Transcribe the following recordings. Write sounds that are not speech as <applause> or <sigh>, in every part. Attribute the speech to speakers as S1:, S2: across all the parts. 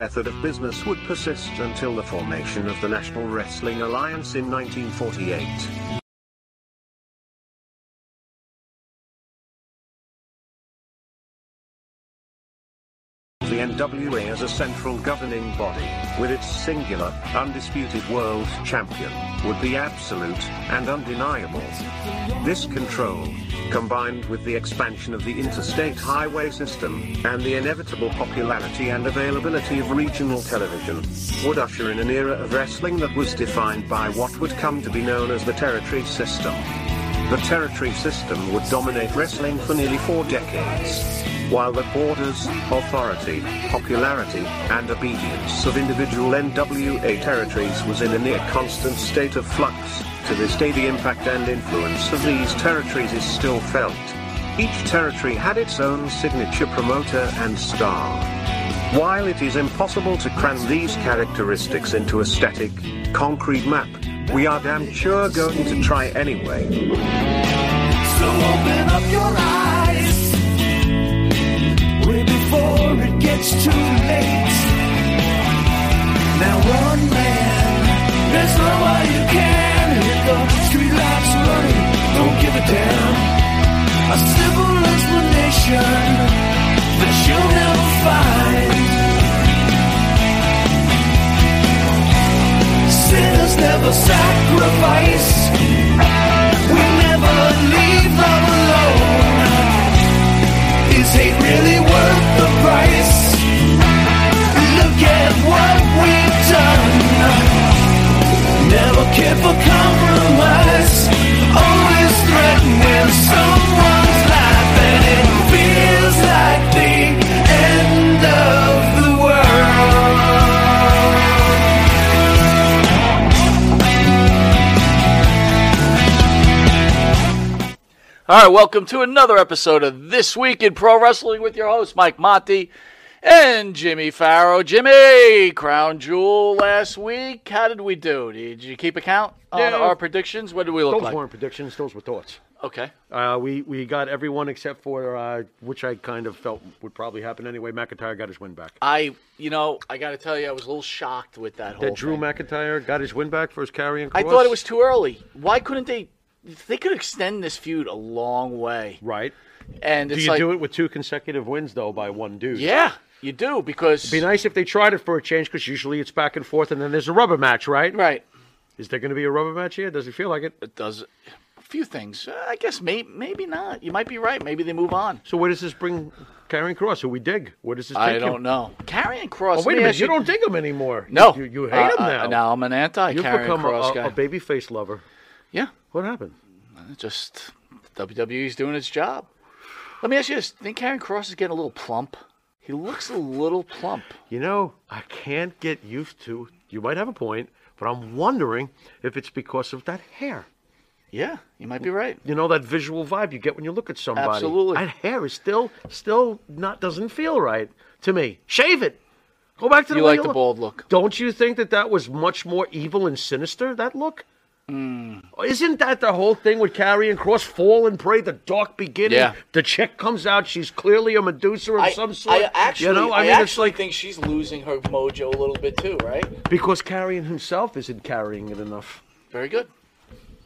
S1: method of business would persist until the formation of the National Wrestling Alliance in 1948. the NWA as a central governing body, with its singular, undisputed world champion, would be absolute and undeniable. This control, combined with the expansion of the interstate highway system, and the inevitable popularity and availability of regional television, would usher in an era of wrestling that was defined by what would come to be known as the territory system. The territory system would dominate wrestling for nearly four decades while the borders, authority, popularity, and obedience of individual NWA territories was in a near constant state of flux, to this day the impact and influence of these territories is still felt. Each territory had its own signature promoter and star. While it is impossible to cram these characteristics into a static, concrete map, we are damn sure going to try anyway.
S2: So open up your eyes way before it gets too late. Now one man, there's no way you can hit the streetlights running. Don't give a damn. A simple explanation that you'll never find. Sinners never sacrifice. We never leave love alone. Is hate really worth the price? Look at what we've done. Never care for compromise. Always threaten when someone's life, and it feels like the end of the world.
S3: All right, welcome to another episode of This Week in Pro Wrestling with your host, Mike Monty and Jimmy Farrow. Jimmy, crown jewel last week. How did we do? Did you keep account on
S4: Yeah.
S3: our predictions? What did we look
S4: Those
S3: like?
S4: weren't predictions. Those were thoughts.
S3: Okay.
S4: Uh, we we got everyone except for uh, which I kind of felt would probably happen anyway. McIntyre got his win back.
S3: I, you know, I got to tell you, I was a little shocked with that whole
S4: That Drew
S3: thing.
S4: McIntyre got his win back for his carrying.
S3: I
S4: Cross.
S3: thought it was too early. Why couldn't they? They could extend this feud a long way.
S4: right.
S3: And
S4: Do
S3: it's
S4: you
S3: like,
S4: do it with two consecutive wins though by one dude?
S3: yeah, you do because
S4: Be nice if they tried it for a change because usually it's back and forth and then there's a rubber match, right?
S3: right.
S4: Is there going to be a rubber match here? Does it feel like it?
S3: It does a few things. Uh, I guess may, maybe not. You might be right. Maybe they move on.
S4: So where does this bring carrying cross? Who we dig? Where does this?
S3: I
S4: take
S3: don't
S4: him?
S3: know. Carrying Cross.
S4: Oh,
S3: let me
S4: wait a minute!
S3: ask
S4: You don't dig him anymore.
S3: No,
S4: you, you hate
S3: Uh,
S4: him
S3: uh,
S4: now.
S3: now I'm an anti
S4: You've
S3: Carrying
S4: become
S3: Cross
S4: a,
S3: guy.
S4: a babyface lover.
S3: yeah,
S4: What happened?
S3: just WWE's doing its job. Let me ask you this: Think Carrying Cross is getting a little plump? He looks a little plump.
S4: You know, I can't get used to. You might have a point, but I'm wondering if it's because of that hair.
S3: Yeah, you might be right.
S4: You know that visual vibe you get when you look at somebody.
S3: Absolutely.
S4: That hair is still, still not doesn't feel right to me. Shave it. Go back to the
S3: You
S4: way
S3: like
S4: you
S3: the
S4: look.
S3: bald look.
S4: Don't you think that that was much more evil and sinister? That look.
S3: Hmm.
S4: Isn't that the whole thing with Carrie and Cross fall and pray? The dark beginning.
S3: Yeah.
S4: The chick comes out. She's clearly a Medusa of some sort.
S3: I actually,
S4: you know, I, mean, it's like
S3: think she's losing her mojo a little bit too, right?
S4: Because carrying himself isn't carrying it enough.
S3: Very good.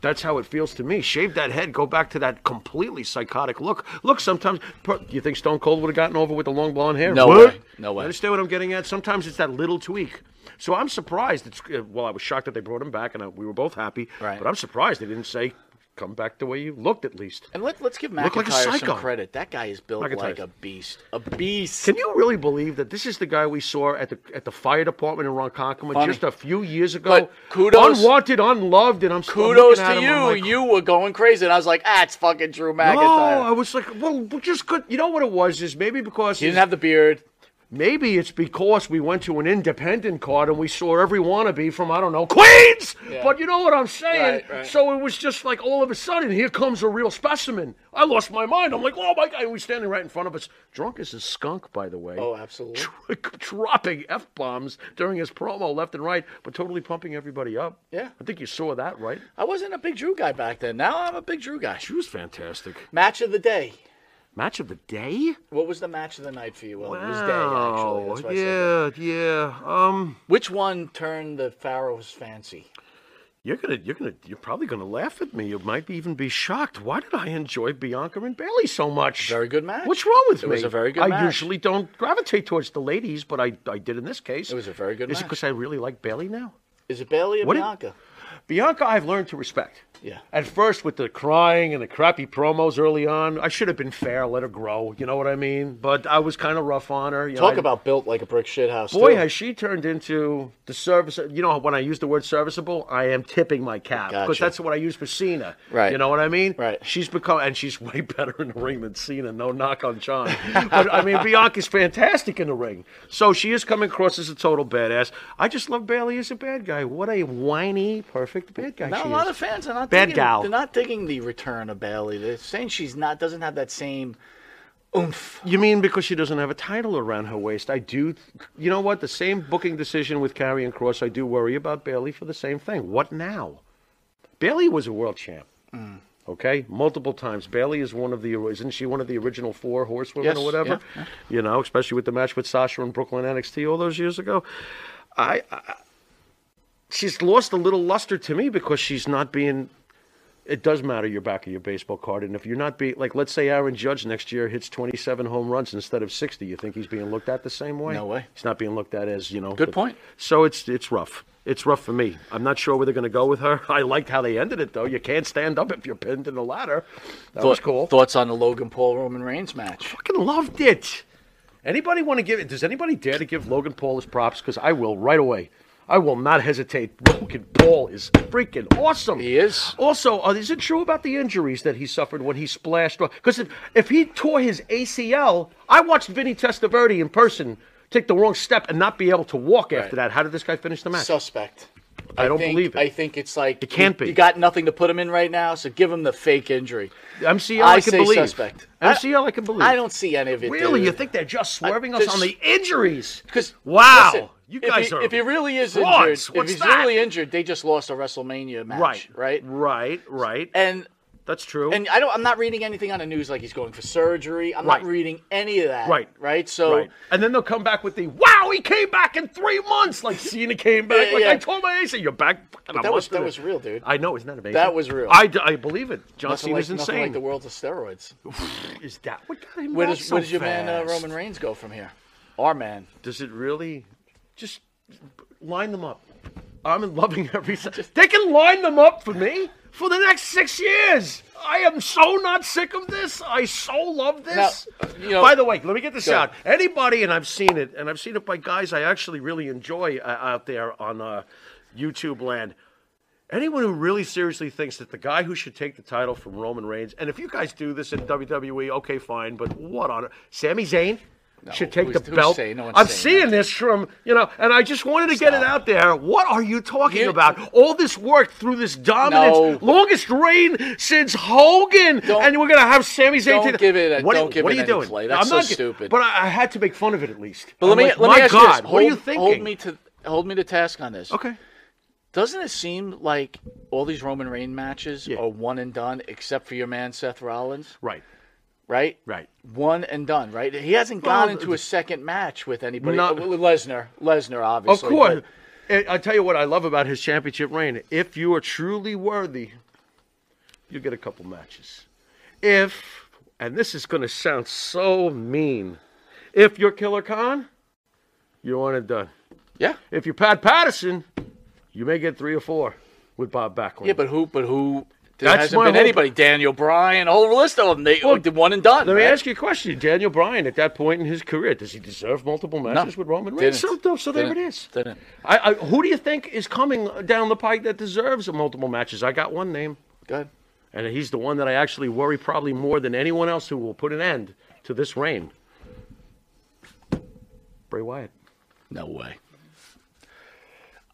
S4: That's how it feels to me. Shave that head, go back to that completely psychotic look. Look, sometimes per, you think Stone Cold would have gotten over with the long blonde hair.
S3: No
S4: What?
S3: way. No way.
S4: You understand what I'm getting at? Sometimes it's that little tweak. So I'm surprised. It's uh, well, I was shocked that they brought him back, and I, we were both happy.
S3: Right.
S4: But I'm surprised they didn't say, "Come back the way you looked," at least.
S3: And let, let's give
S4: Look like a
S3: McIntyre some
S4: psycho.
S3: credit. That guy is built like
S4: McIntyre's-
S3: a beast. A beast.
S4: Can you really believe that this is the guy we saw at the at the fire department in Ronkonkoma
S3: Funny.
S4: just a few years ago?
S3: But kudos-
S4: unwanted, unloved, and I'm still
S3: Kudos
S4: looking at
S3: to
S4: him,
S3: you.
S4: I'm like,
S3: you were going crazy, and I was like, "Ah, it's fucking Drew
S4: No, I
S3: McIntyre."
S4: was like, well, we just could. You know what it was is maybe because
S3: He didn't have the beard.
S4: maybe it's because we went to an independent card and we saw every wannabe from I don't know Queens.
S3: Yeah.
S4: But you know what I'm saying.
S3: Right, right.
S4: So it was just like all of a sudden here comes a real specimen. I lost my mind. I'm like, oh my god, he was standing right in front of us, drunk as a skunk, by the way.
S3: Oh, absolutely.
S4: <laughs> Dropping f bombs during his promo left and right, but totally pumping everybody up.
S3: Yeah.
S4: I think you saw that, right?
S3: I wasn't a big Drew guy back then. Now I'm a big Drew guy.
S4: She was fantastic.
S3: Match of the day.
S4: Match of the day?
S3: What was the match of the night for you? Well, it was day,
S4: Wow.
S3: actually. That's why I said that.
S4: yeah, yeah. Um,
S3: Which one turned the Pharaoh's fancy?
S4: you're gonna, you're gonna, you're probably gonna laugh at me. You might be even be shocked. Why did I enjoy Bianca and Bailey so much?
S3: Very good match.
S4: What's wrong with
S3: It
S4: me?
S3: was a very good
S4: I
S3: match.
S4: usually don't gravitate towards the ladies, but I, I did in this case.
S3: It was a very good
S4: Is it
S3: match.
S4: because I really like Bailey now?
S3: Is it Bailey or
S4: What did-
S3: Bianca?
S4: Bianca, I've learned to respect.
S3: Yeah.
S4: At first, with the crying and the crappy promos early on, I should have been fair, let her grow. You know what I mean? But I was kind of rough on her. you know,
S3: Talk
S4: I-
S3: about built like a brick shit house.
S4: Boy,
S3: too.
S4: has she turned into the service. You know, when I use the word serviceable, I am tipping my cap because
S3: Gotcha.
S4: that's what I use for Cena.
S3: Right.
S4: You know what I mean?
S3: Right.
S4: She's become, and she's way <laughs> better in the ring than Cena. No knock on John, but I mean Bianca's fantastic in the ring. So she is coming across as a total badass. I just love Bailey as a bad guy. What a whiny, perfect bad guy.
S3: Not
S4: she
S3: a lot
S4: is.
S3: of fans are not
S4: Bad
S3: digging,
S4: gal.
S3: They're not digging the return of Bailey. They're saying she's not doesn't have that same oomph.
S4: You mean because she doesn't have a title around her waist? I do. You know what? The same booking decision with Carrie and Cross. I do worry about Bailey for the same thing. What now? Bailey was a world champ. Okay, multiple times. Bailey is one of the isn't she one of the original four horsewomen
S3: Yes,
S4: or whatever? You know, especially with the match with Sasha and Brooklyn NXT all those years ago. I, I she's lost a little luster to me because she's not being it does matter your back of your baseball card. And if you're not being like, let's say Aaron Judge next year hits 27 home runs instead of 60, you think he's being looked at the same way?
S3: No way.
S4: He's not being looked at as you know.
S3: Good
S4: the-
S3: point.
S4: So it's it's rough. It's rough for me. I'm not sure where they're going to go with her. <laughs> I liked how they ended it though. You can't stand up if you're pinned in the ladder. That was
S3: Thought-
S4: cool.
S3: Thoughts on the Logan Paul Roman Reigns match?
S4: Fucking loved it. Anybody want to give it? Does anybody dare to give Logan Paul his props? Because I will right away. I will not hesitate. Logan Paul is freaking awesome.
S3: He is.
S4: Also, uh, is it true about the injuries that he suffered when he splashed? Because if, if he tore his ACL, I watched Vinny Testaverde in person take the wrong step and not be able to walk after that. How did this guy finish the match?
S3: Suspect.
S4: I don't
S3: think,
S4: believe it.
S3: I think it's like
S4: It can't
S3: you-
S4: be.
S3: You got nothing to put him in right now, so give him the fake injury.
S4: MCL,
S3: I
S4: I, can
S3: say
S4: believe.
S3: suspect. I-
S4: MCL, I, can believe.
S3: I don't see any of it.
S4: really.
S3: dude.
S4: You think they're just swerving us
S3: this-
S4: on the injuries?
S3: Because
S4: wow,
S3: listen,
S4: you
S3: if
S4: guys
S3: he,
S4: are.
S3: If he really is
S4: frauds.
S3: injured,
S4: What's
S3: if he's
S4: that?
S3: really injured, they just lost a WrestleMania match, Right.
S4: right, right, right.
S3: And
S4: That's true.
S3: and I don't. I'm not reading anything on the news like he's going for surgery. I'm
S4: Right.
S3: not reading any of that.
S4: Right.
S3: Right. So.
S4: right. And then they'll come back with the wow, he came back in three months. Like Cena came back.
S3: Yeah,
S4: like
S3: yeah.
S4: I told my agent, you're back. fucking a
S3: That was
S4: month
S3: that
S4: in
S3: was
S4: it."
S3: real, dude.
S4: I know, isn't that amazing?
S3: That was real.
S4: I, d- I believe it. John
S3: nothing like,
S4: Cena's
S3: nothing like
S4: insane.
S3: the world of steroids.
S4: Is that what got him
S3: Where
S4: back
S3: does
S4: so
S3: where does your man uh,
S4: fast?
S3: Roman Reigns go from here? Our man.
S4: Does it really? Just line them up. I'm loving <laughs> every. se- They can line them up for me for the next six years. I am so not sick of this. I so love this.
S3: Now, you know-
S4: By the way, let me get this
S3: Go.
S4: out. Anybody, and I've seen it, and I've seen it by guys I actually really enjoy uh, out there on uh, YouTube land. Anyone who really seriously thinks that the guy who should take the title from Roman Reigns, and if you guys do this in WWE, okay, fine, but what on Sami Zayn should take
S3: who's-
S4: the
S3: who's
S4: belt.
S3: saying- no one's
S4: I'm
S3: saying that.
S4: seeing this from you know, and I just wanted to get it out there. What are you talking
S3: You-
S4: about? All this work through this dominance,
S3: No.
S4: longest reign since Hogan,
S3: Don't-
S4: and we're gonna have Sami Zayn.
S3: don't
S4: take the-
S3: give it a-
S4: what, are-
S3: don't give
S4: what
S3: it
S4: are you
S3: any
S4: doing?
S3: play. That's
S4: I'm
S3: so
S4: not gi-
S3: stupid.
S4: But I, I had to make fun of it at least.
S3: But let
S4: I'm
S3: me
S4: like,
S3: let
S4: my
S3: me ask
S4: God,
S3: you this.
S4: what
S3: Hold,
S4: are you thinking?
S3: Hold me to hold me to task on this.
S4: Okay.
S3: Doesn't it seem like all these Roman Reign matches
S4: Yeah.
S3: are one and done, except for your man Seth Rollins,
S4: Right.
S3: right?
S4: Right.
S3: One and done, right? He hasn't
S4: Well,
S3: gone into a second match with anybody.
S4: not-
S3: Uh, with Lesnar, Lesnar,
S4: Of
S3: obviously.
S4: course.
S3: but-
S4: I I tell you what I love about his championship reign. If you are truly worthy, you get a couple matches. If, and this is going to sound so mean, if you're Killer Khan, you're on and done.
S3: yeah,
S4: If you're Pat Patterson, you may get three or four with Bob Backlund.
S3: yeah, but who? But who? There
S4: That's
S3: hasn't
S4: my
S3: been
S4: whole-
S3: anybody. Daniel Bryan, a whole list of them. They
S4: Well,
S3: did one and done.
S4: Let me
S3: right?
S4: ask you a question. Daniel Bryan, at that point in his career, does he deserve multiple matches with Roman Reigns?
S3: didn't.
S4: So, so there it
S3: Didn't.
S4: is.
S3: Didn't.
S4: I, I, who do you think is coming down the pike that deserves multiple matches? I got one name.
S3: Go ahead.
S4: And he's the one that I actually worry probably more than anyone else who will put an end to this reign. Bray Wyatt.
S3: No way.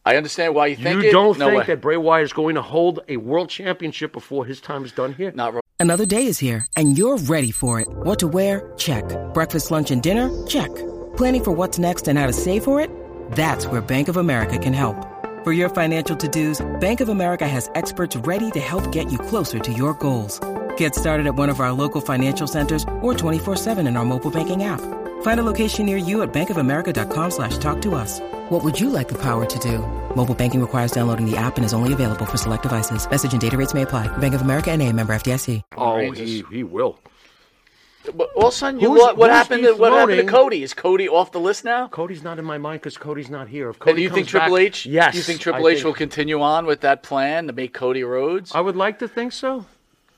S3: I understand why you think
S4: you
S3: it.
S4: don't
S3: no
S4: think
S3: way.
S4: that Bray Wyatt is going to hold a world championship before his time is done here?
S3: Not Ro-
S5: Another day is here, and you're ready for it. What to wear? Check. Breakfast, lunch, and dinner? Check. Planning for what's next and how to save for it? That's where Bank of America can help. For your financial to dos, Bank of America has experts ready to help get you closer to your goals. Get started at one of our local financial centers or 24-7 in our mobile banking app. Find a location near you at bankofamerica.com slash talk to us. What would you like the power to do? Mobile banking requires downloading the app and is only available for select devices. Message and data rates may apply. Bank of America and a member FDIC.
S4: Oh,
S3: Rangers.
S4: he, he will.
S3: But all of a sudden, you,
S4: Who's-
S3: what, what
S4: who's
S3: happened? To, what happened to
S4: defloating?
S3: Cody? Is Cody off the list now?
S4: Cody's not in my mind because Cody's not here. If Cody
S3: And you think
S4: comes back-
S3: Triple H?
S4: Yes.
S3: You think
S4: I
S3: Triple H
S4: think- Uh,
S3: will continue on with that plan to make Cody Rhodes?
S4: I would like to think so.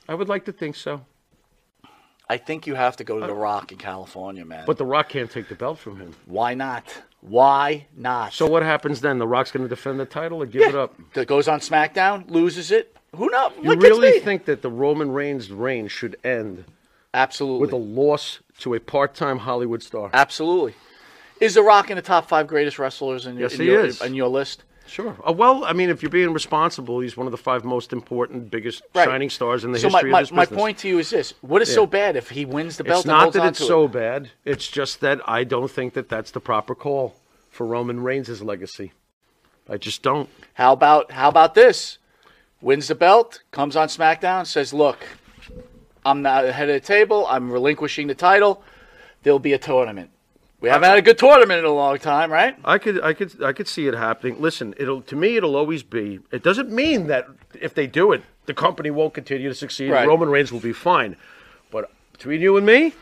S4: I would like to think so.
S3: I think you have to go to The Rock in California, man.
S4: uh, But The Rock can't take the belt from him.
S3: why not? Why not?
S4: So what happens then? The Rock's going to defend the title or give it up?
S3: that goes on SmackDown, loses it. Who knows?
S4: You really think that the Roman Reigns reign should end with a
S3: Absolutely.
S4: loss to a part-time Hollywood star?
S3: Absolutely. Is The Rock in the top five greatest wrestlers in,
S4: Yes,
S3: in
S4: he
S3: your,
S4: is.
S3: in your list?
S4: Sure. Uh, well, I mean, if you're being responsible, he's one of the five most important, biggest
S3: Right.
S4: shining stars in the
S3: so my,
S4: history
S3: my,
S4: of this
S3: my
S4: business.
S3: point to you is this: What is so bad if he wins the belt?
S4: It's
S3: and
S4: not
S3: holds
S4: that
S3: on
S4: it's
S3: to it?
S4: so bad. It's just that I don't think that that's the proper call for Roman Reigns' legacy. I just don't.
S3: How about how about this? Wins the belt, comes on SmackDown, says, "Look, I'm not head of the table. I'm relinquishing the title. There'll be a tournament. We haven't had a good tournament in a long time, right?
S4: I could, I could, I could see it happening. Listen, it'll to me, it'll always be. It doesn't mean that if they do it, the company won't continue to succeed.
S3: Right.
S4: Roman Reigns will be fine. But between you and me,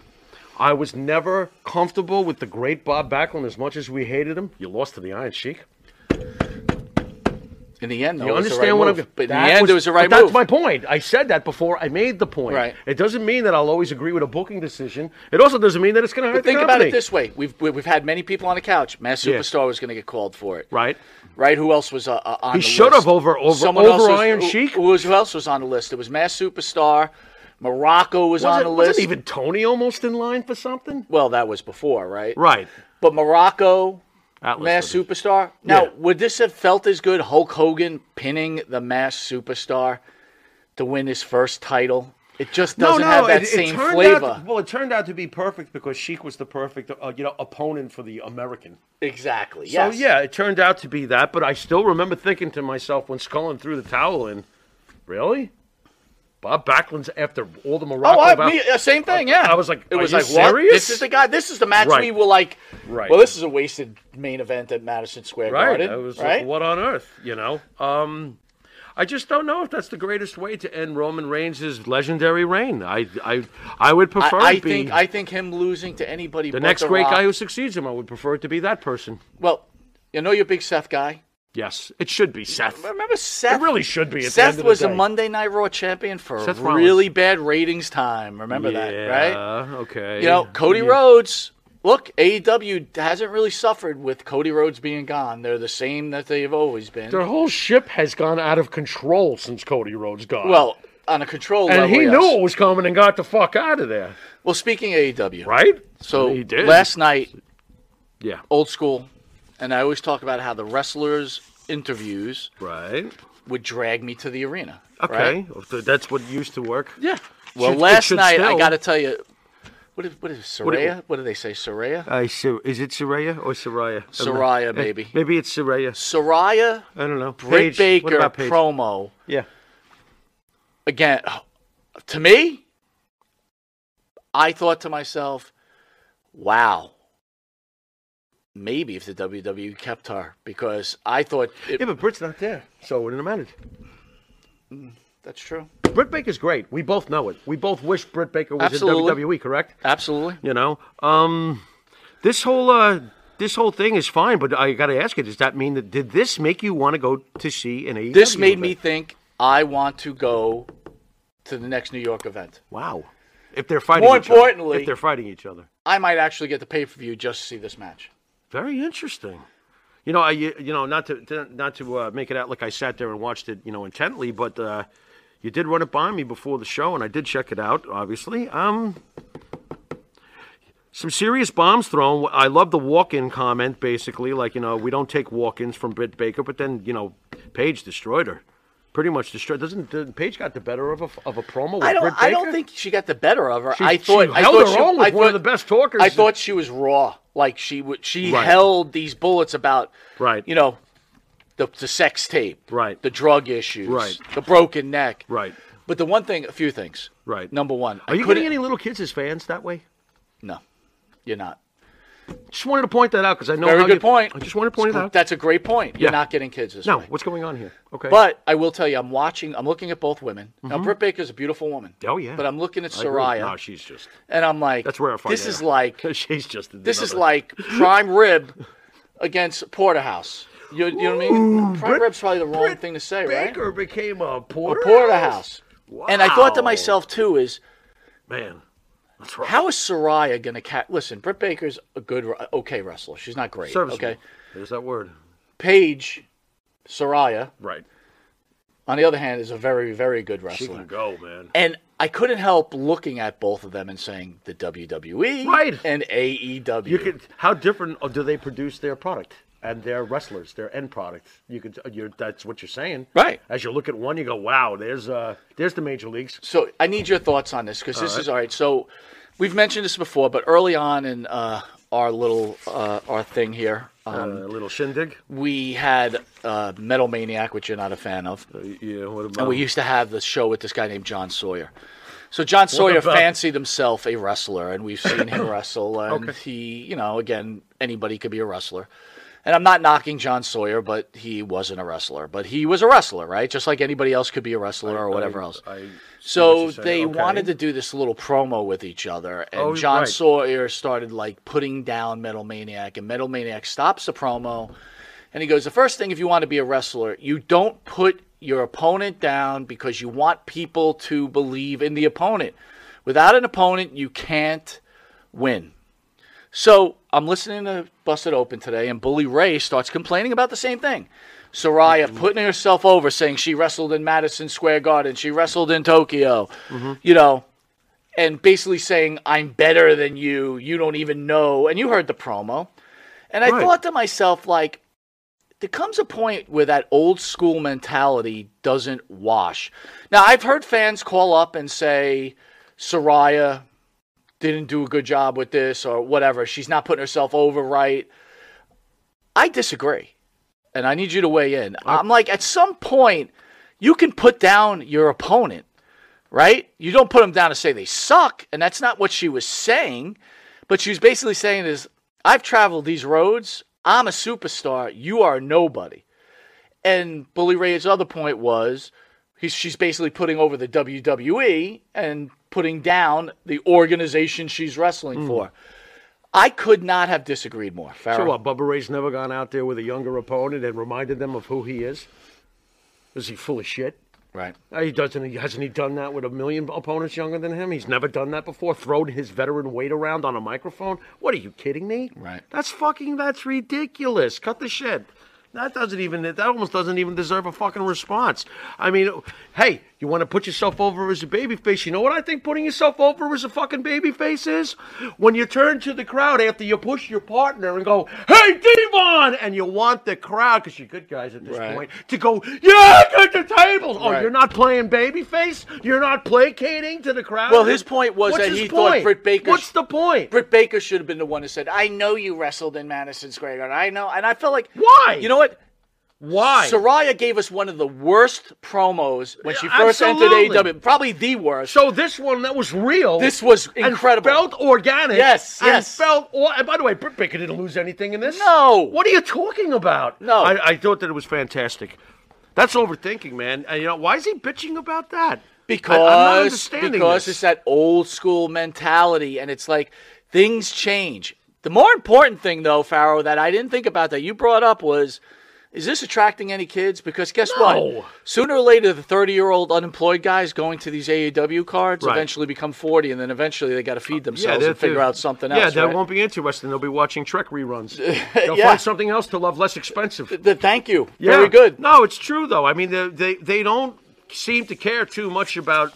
S4: I was never comfortable with the great Bob Backlund as much as we hated him. You lost to the Iron Sheik.
S3: In the end, though,
S4: You
S3: it was the
S4: understand
S3: right
S4: what
S3: move.
S4: I'm?
S3: But in the
S4: that
S3: end, it was the right
S4: but
S3: move.
S4: That's my point. I said that before. I made the point.
S3: Right.
S4: It doesn't mean that I'll always agree with a booking decision. It also doesn't mean that it's going to hurt
S3: Think
S4: the
S3: about
S4: company.
S3: it this way: We've we- we've had many people on the couch. Mass
S4: Yeah.
S3: Superstar was going to get called for it,
S4: Right.
S3: Right? Who else was uh, uh, on?
S4: He
S3: the
S4: should
S3: list?
S4: have over- over-
S3: Someone
S4: over
S3: else was,
S4: Iron
S3: who-
S4: Sheik.
S3: Who, was- who else was on the list? It was Mass Superstar. Morocco was, on
S4: Wasn't,
S3: the
S4: wasn't
S3: list.
S4: even Tony almost in line for something?
S3: well, that was before, right?
S4: Right.
S3: But Morocco,
S4: Atlas
S3: mass
S4: did it.
S3: superstar. Now,
S4: Yeah.
S3: would this have felt as good? Hulk Hogan pinning the mass superstar to win his first title. It just doesn't have that same
S4: turned
S3: flavor.
S4: Out to, well, it turned out to be perfect because Sheik was the perfect, uh, you know, opponent for the American.
S3: exactly. Yes.
S4: So yeah, it turned out to be that. But I still remember thinking to myself when Scullin threw the towel in, really? Bob Backlund's after all the Morocco.
S3: Oh, I,
S4: bout-
S3: we, uh, same thing. Yeah.
S4: I was like,
S3: it
S4: "Are
S3: was
S4: you
S3: like, what?
S4: serious?"
S3: This is the guy. This is the match we
S4: Right.
S3: were like.
S4: Right.
S3: Well, this is a wasted main event at Madison Square
S4: Right.
S3: Garden.
S4: I was
S3: right.
S4: like, what on earth, you know? Um, I just don't know if that's the greatest way to end Roman Reigns' legendary reign. I, I, I would
S3: I,
S4: prefer
S3: I
S4: it be
S3: think I think him losing to anybody.
S4: the
S3: but
S4: next
S3: The
S4: great
S3: Rock-
S4: guy who succeeds him. I would prefer it to be that person.
S3: Well, you know you're a big Seth guy.
S4: Yes, it should be Seth.
S3: Remember Seth?
S4: really should be at the
S3: Seth
S4: end of the
S3: was a
S4: day.
S3: Monday Night Raw champion for a
S4: Seth Rollins.
S3: really bad ratings time. Remember that, right?
S4: Yeah, Okay.
S3: You know, Cody Rhodes. Look, AEW hasn't really suffered with Cody Rhodes being gone. They're the same that they've always been.
S4: Their whole ship has gone out of control since Cody Rhodes gone.
S3: well, on a control
S4: and
S3: level.
S4: he
S3: yes.
S4: knew it was coming and got the fuck out of there,
S3: Well, speaking of AEW,
S4: right?
S3: So
S4: he did.
S3: last night,
S4: yeah,
S3: old school, and I always talk about how the wrestlers' interviews
S4: right.
S3: would drag me to the arena. right?
S4: Okay, So that's what used to work.
S3: Yeah. Well,
S4: Should- it
S3: last
S4: should
S3: night I
S4: still-
S3: got to tell you, what is what is Soraya? What,
S4: it-
S3: do they say, Soraya?
S4: I so is it Soraya or Soraya? eh,
S3: Soraya, baby.
S4: Maybe it's Soraya.
S3: Soraya,
S4: I don't know.
S3: Britt
S4: Paige. What
S3: Baker
S4: about Paige?
S3: promo
S4: Yeah.
S3: again. To me, I thought to myself, "Wow." Maybe if the WWE kept her, because I thought it,
S4: Yeah, but Britt's not there, so it wouldn't have mattered.
S3: that's true.
S4: Britt Baker's great. We both know it. We both wish Britt Baker was
S3: Absolutely.
S4: in WWE, correct?
S3: Absolutely.
S4: You know, um, this whole uh, this whole thing is fine, but I got to ask you: Does that mean that did this make you want to go to see an AEW?
S3: This made me
S4: event?
S3: think I want to go to the next New York event.
S4: wow. If they're fighting,
S3: More
S4: each other-
S3: importantly-
S4: if they're fighting each other,
S3: I might actually get the pay per view just to see this match.
S4: Very interesting. You know, I you you know not to, to not to uh, make it out like I sat there and watched it, you know, intently, but uh, you did run it by me before the show, and I did check it out. Obviously, um, some serious bombs thrown. I love the walk-in comment, basically, like you know we don't take walk-ins from Britt Baker, but then you know Paige destroyed her, pretty much destroyed. Doesn't did Paige got the better of a of a promo? With
S3: I don't.
S4: Britt
S3: I don't
S4: Baker?
S3: think she got the better of her.
S4: She-
S3: I
S4: she
S3: thought. I
S4: held
S3: thought
S4: her
S3: she,
S4: own with
S3: I
S4: one of
S3: thought-
S4: the best talkers.
S3: I thought she was raw. Like she would. She
S4: Right.
S3: held these bullets about.
S4: Right.
S3: You know, the, the sex tape.
S4: Right.
S3: The drug issues.
S4: Right.
S3: The broken neck.
S4: Right.
S3: But the one thing, a few things.
S4: Right.
S3: Number one, I
S4: Are you
S3: couldn't-
S4: getting any little kids as fans that way?
S3: No, you're not.
S4: Just wanted to point that out because I know.
S3: Very
S4: how
S3: good
S4: you-
S3: point.
S4: I just wanted to point it out.
S3: That's a great point. You're
S4: Yeah.
S3: not getting kids this
S4: no,
S3: way.
S4: what's going on here? Okay.
S3: But I will tell you, I'm watching. I'm looking at both women. Now, Britt Baker's a beautiful woman.
S4: Mm-hmm. oh yeah.
S3: But I'm looking at
S4: I agree.
S3: Soraya,
S4: No, she's just. <laughs>
S3: and I'm like,
S4: That's where I find
S3: This
S4: it
S3: is
S4: out.
S3: like
S4: she's just.
S3: this is
S4: another-
S3: like prime rib against porterhouse. You, you know what I mean? Prime rib's probably the wrong
S4: Britt
S3: thing to say, right?
S4: Baker became a
S3: Or
S4: porter.
S3: porterhouse. And I thought to
S4: Wow.
S3: myself too is
S4: man, that's right.
S3: how is Soraya gonna cat? Listen, Britt Baker's a good, wr- okay wrestler. She's not great.
S4: Serviceable.
S3: Okay,
S4: There's that word.
S3: Paige, Soraya,
S4: Right.
S3: on the other hand, is a very, very good
S4: She
S3: wrestler.
S4: can go, man.
S3: And I couldn't help looking at both of them and saying the WWE
S4: Right.
S3: and E AEW.
S4: You could. How different oh, do they produce their product and their wrestlers, their end product? You could. uh, You're, that's what you're saying,
S3: Right.
S4: As you look at one, you go, "Wow, there's uh, there's the major leagues."
S3: so I need your thoughts on this because this is all right. So we've mentioned this before, but early on in uh, our little uh, our thing here,
S4: Uh, A
S3: um,
S4: little shindig.
S3: we had uh, Metal Maniac, which you're not a fan of,
S4: Yeah. What about?
S3: and we used to have the show with this guy named John Sawyer. So John Sawyer
S4: about-
S3: fancied himself a wrestler, and we've seen
S4: <coughs>
S3: him wrestle, and he, you know, again, anybody could be a wrestler. And I'm not knocking John Sawyer, but he wasn't a wrestler. But he was a wrestler, right? Just like anybody else could be a wrestler or whatever else.
S4: I,
S3: So
S4: saying.
S3: they
S4: Okay.
S3: wanted to do this little promo with each other, and
S4: Oh,
S3: John
S4: right.
S3: Sawyer started like putting down Metal Maniac, and Metal Maniac stops the promo, and he goes, "The first thing, if you want to be a wrestler, you don't put your opponent down because you want people to believe in the opponent. Without an opponent, you can't win." So I'm listening to Busted Open today, and Bully Ray starts complaining about the same thing. Soraya putting herself over, saying she wrestled in Madison Square Garden, she wrestled in Tokyo, you know, and basically saying, I'm better than you, you don't even know. And you heard the promo. And I
S4: Right.
S3: thought to myself, like, there comes a point where that old school mentality doesn't wash. Now, I've heard fans call up and say, Soraya didn't do a good job with this or whatever. She's not putting herself over right. I disagree. And I need you to weigh in. I'm like, at some point, you can put down your opponent, right? You don't put them down to say they suck. And that's not what she was saying. But she was basically saying is, I've traveled these roads. I'm a superstar. You are nobody. And Bully Ray's other point was he's, she's basically putting over the WWE and putting down the organization she's wrestling for. I could not have disagreed more. Farrell.
S4: So what? Bubba Ray's never gone out there with a younger opponent and reminded them of who he is. Is he full of shit?
S3: Right.
S4: Uh, He doesn't. he- Hasn't he done that with a million opponents younger than him? He's never done that before. Thrown his veteran weight around on a microphone. What are you kidding me?
S3: Right.
S4: That's fucking. That's ridiculous. Cut the shit. That doesn't even. That almost doesn't even deserve a fucking response. I mean, hey, you want to put yourself over as a babyface? You know what I think putting yourself over as a fucking babyface is when you turn to the crowd after you push your partner and go, "Hey, Devon," and you want the crowd because you're good guys at this
S3: Right.
S4: point to go, "Yeah, get the tables." Oh,
S3: Right.
S4: you're not playing babyface. You're not placating to the crowd.
S3: Well, his point was
S4: What's
S3: that
S4: his
S3: he thought
S4: point?
S3: Britt Baker-
S4: What's the point?
S3: Britt Baker should have been the one who said, I know you wrestled in Madison Square Garden. I know. And I felt like.
S4: Why?
S3: You know what?
S4: Why?
S3: Soraya gave us one of the worst promos when she
S4: Yeah,
S3: first
S4: absolutely.
S3: entered AEW. Probably the worst.
S4: So this one that was real.
S3: This was incredible.
S4: And felt organic.
S3: Yes,
S4: and
S3: yes.
S4: Felt. Or, and by the way, Britt Baker didn't lose anything in this.
S3: No.
S4: What are you talking about?
S3: No.
S4: I, I thought that it was fantastic. That's overthinking, man. And you know why is he bitching about that?
S3: Because
S4: I, am not understanding
S3: because
S4: this.
S3: it's that old school mentality, and it's like things change. The more important thing, though, Farrow, that I didn't think about that you brought up was. Is this attracting any kids? Because guess
S4: No.
S3: what? Sooner or later, the 30 year old unemployed guys going to these AAW cards
S4: Right. Uh,
S3: eventually become 40, and then eventually they got to feed themselves
S4: they'll
S3: and figure
S4: do-
S3: out something
S4: Yeah,
S3: else.
S4: that
S3: right?
S4: won't be interesting. They'll be watching Trek
S3: <laughs>
S4: reruns. They'll
S3: Yeah.
S4: find something else to love, less expensive.
S3: <laughs> Th- Thank you.
S4: Yeah.
S3: Very good.
S4: No, it's true though. I mean, they, they they don't seem to care too much about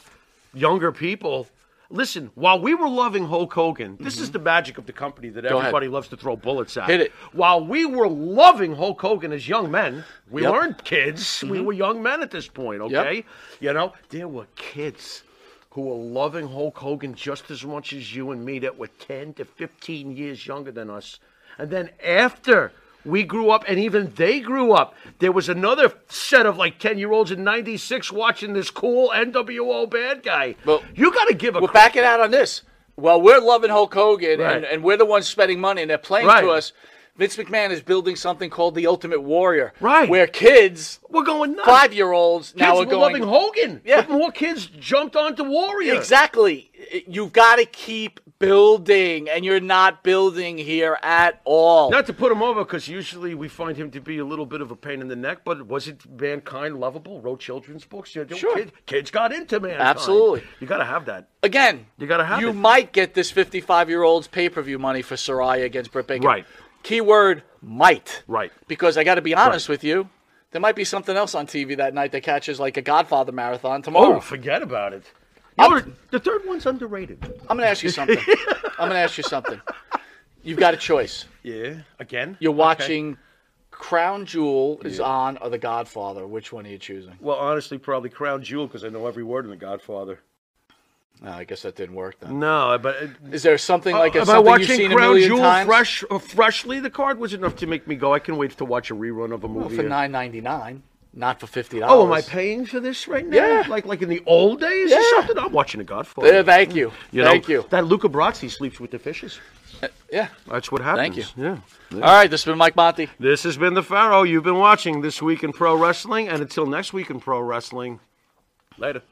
S4: younger people. Listen, while we were loving Hulk Hogan, this is the magic of the company that
S3: Mm-hmm. ahead.
S4: everybody loves to throw bullets at.
S3: Hit it.
S4: While we were loving Hulk Hogan as young men, we
S3: Yep. Mm-hmm.
S4: weren't kids. We were young men at this point. Okay, you know there were kids. Who were loving Hulk Hogan just as much as you and me that were 10 to 15 years younger than us. And then after We grew up, and even they grew up. There was another set of like ten year olds in '96 watching this cool NWO bad guy.
S3: Well,
S4: you got to give a
S3: We're
S4: cra-
S3: backing out on this. Well, we're loving Hulk Hogan,
S4: Right.
S3: and, and we're the ones spending money, and they're playing
S4: Right.
S3: to us. Vince McMahon is building something called the Ultimate Warrior,
S4: Right.
S3: Where kids,
S4: We're going nuts.
S3: five year olds,
S4: Kids
S3: now are
S4: were
S3: going
S4: loving Hogan.
S3: Yeah.
S4: But more kids jumped onto Warrior.
S3: Exactly. You've got to keep building, and you're not building here at all.
S4: Not to put him over, because usually we find him to be a little bit of a pain in the neck. But was it mankind lovable? Wrote children's books. You know,
S3: Sure.
S4: kid- kids got into mankind.
S3: Absolutely.
S4: You got to have that.
S3: Again,
S4: You gotta have
S3: You
S4: it.
S3: might get this 55 year old's pay per view money for Soraya against Britt Baker.
S4: Right.
S3: Keyword might.
S4: Right.
S3: Because I got to be honest with you, there might be something else on TV that night that catches like a Godfather marathon tomorrow.
S4: Oh, forget about it.
S3: I'm-
S4: You're- the third one's underrated.
S3: I'm going to ask you
S4: <laughs>
S3: something. I'm going to ask you something. You've got a choice.
S4: Yeah. Again.
S3: You're watching Crown Jewel is on or The Godfather. Which one are you choosing?
S4: Well, honestly, probably Crown Jewel because I know every word in The Godfather.
S3: No, I guess that didn't work then.
S4: No, but uh,
S3: Is there something like a,
S4: am I
S3: something
S4: watching
S3: you've seen a
S4: Crown
S3: million
S4: Jewel
S3: times?
S4: fresh, uh, freshly? The card was enough to make me go. I can wait to watch a rerun of a
S3: Well,
S4: movie.
S3: for
S4: or-
S3: nine ninety nine, not for fifty dollars.
S4: Oh, am I paying for this right now?
S3: Yeah.
S4: Like like in the old days or
S3: Yeah.
S4: something? I'm watching The Godfather.
S3: Yeah, thank you.
S4: You know,
S3: thank you.
S4: That Luca Brasi sleeps with the fishes.
S3: Yeah.
S4: That's what
S3: Thank
S4: happens.
S3: you.
S4: Yeah.
S3: All right, this has been Mike Monty.
S4: This has been The Pharaoh. You've been watching This Week in Pro Wrestling. And until next week in Pro Wrestling, later.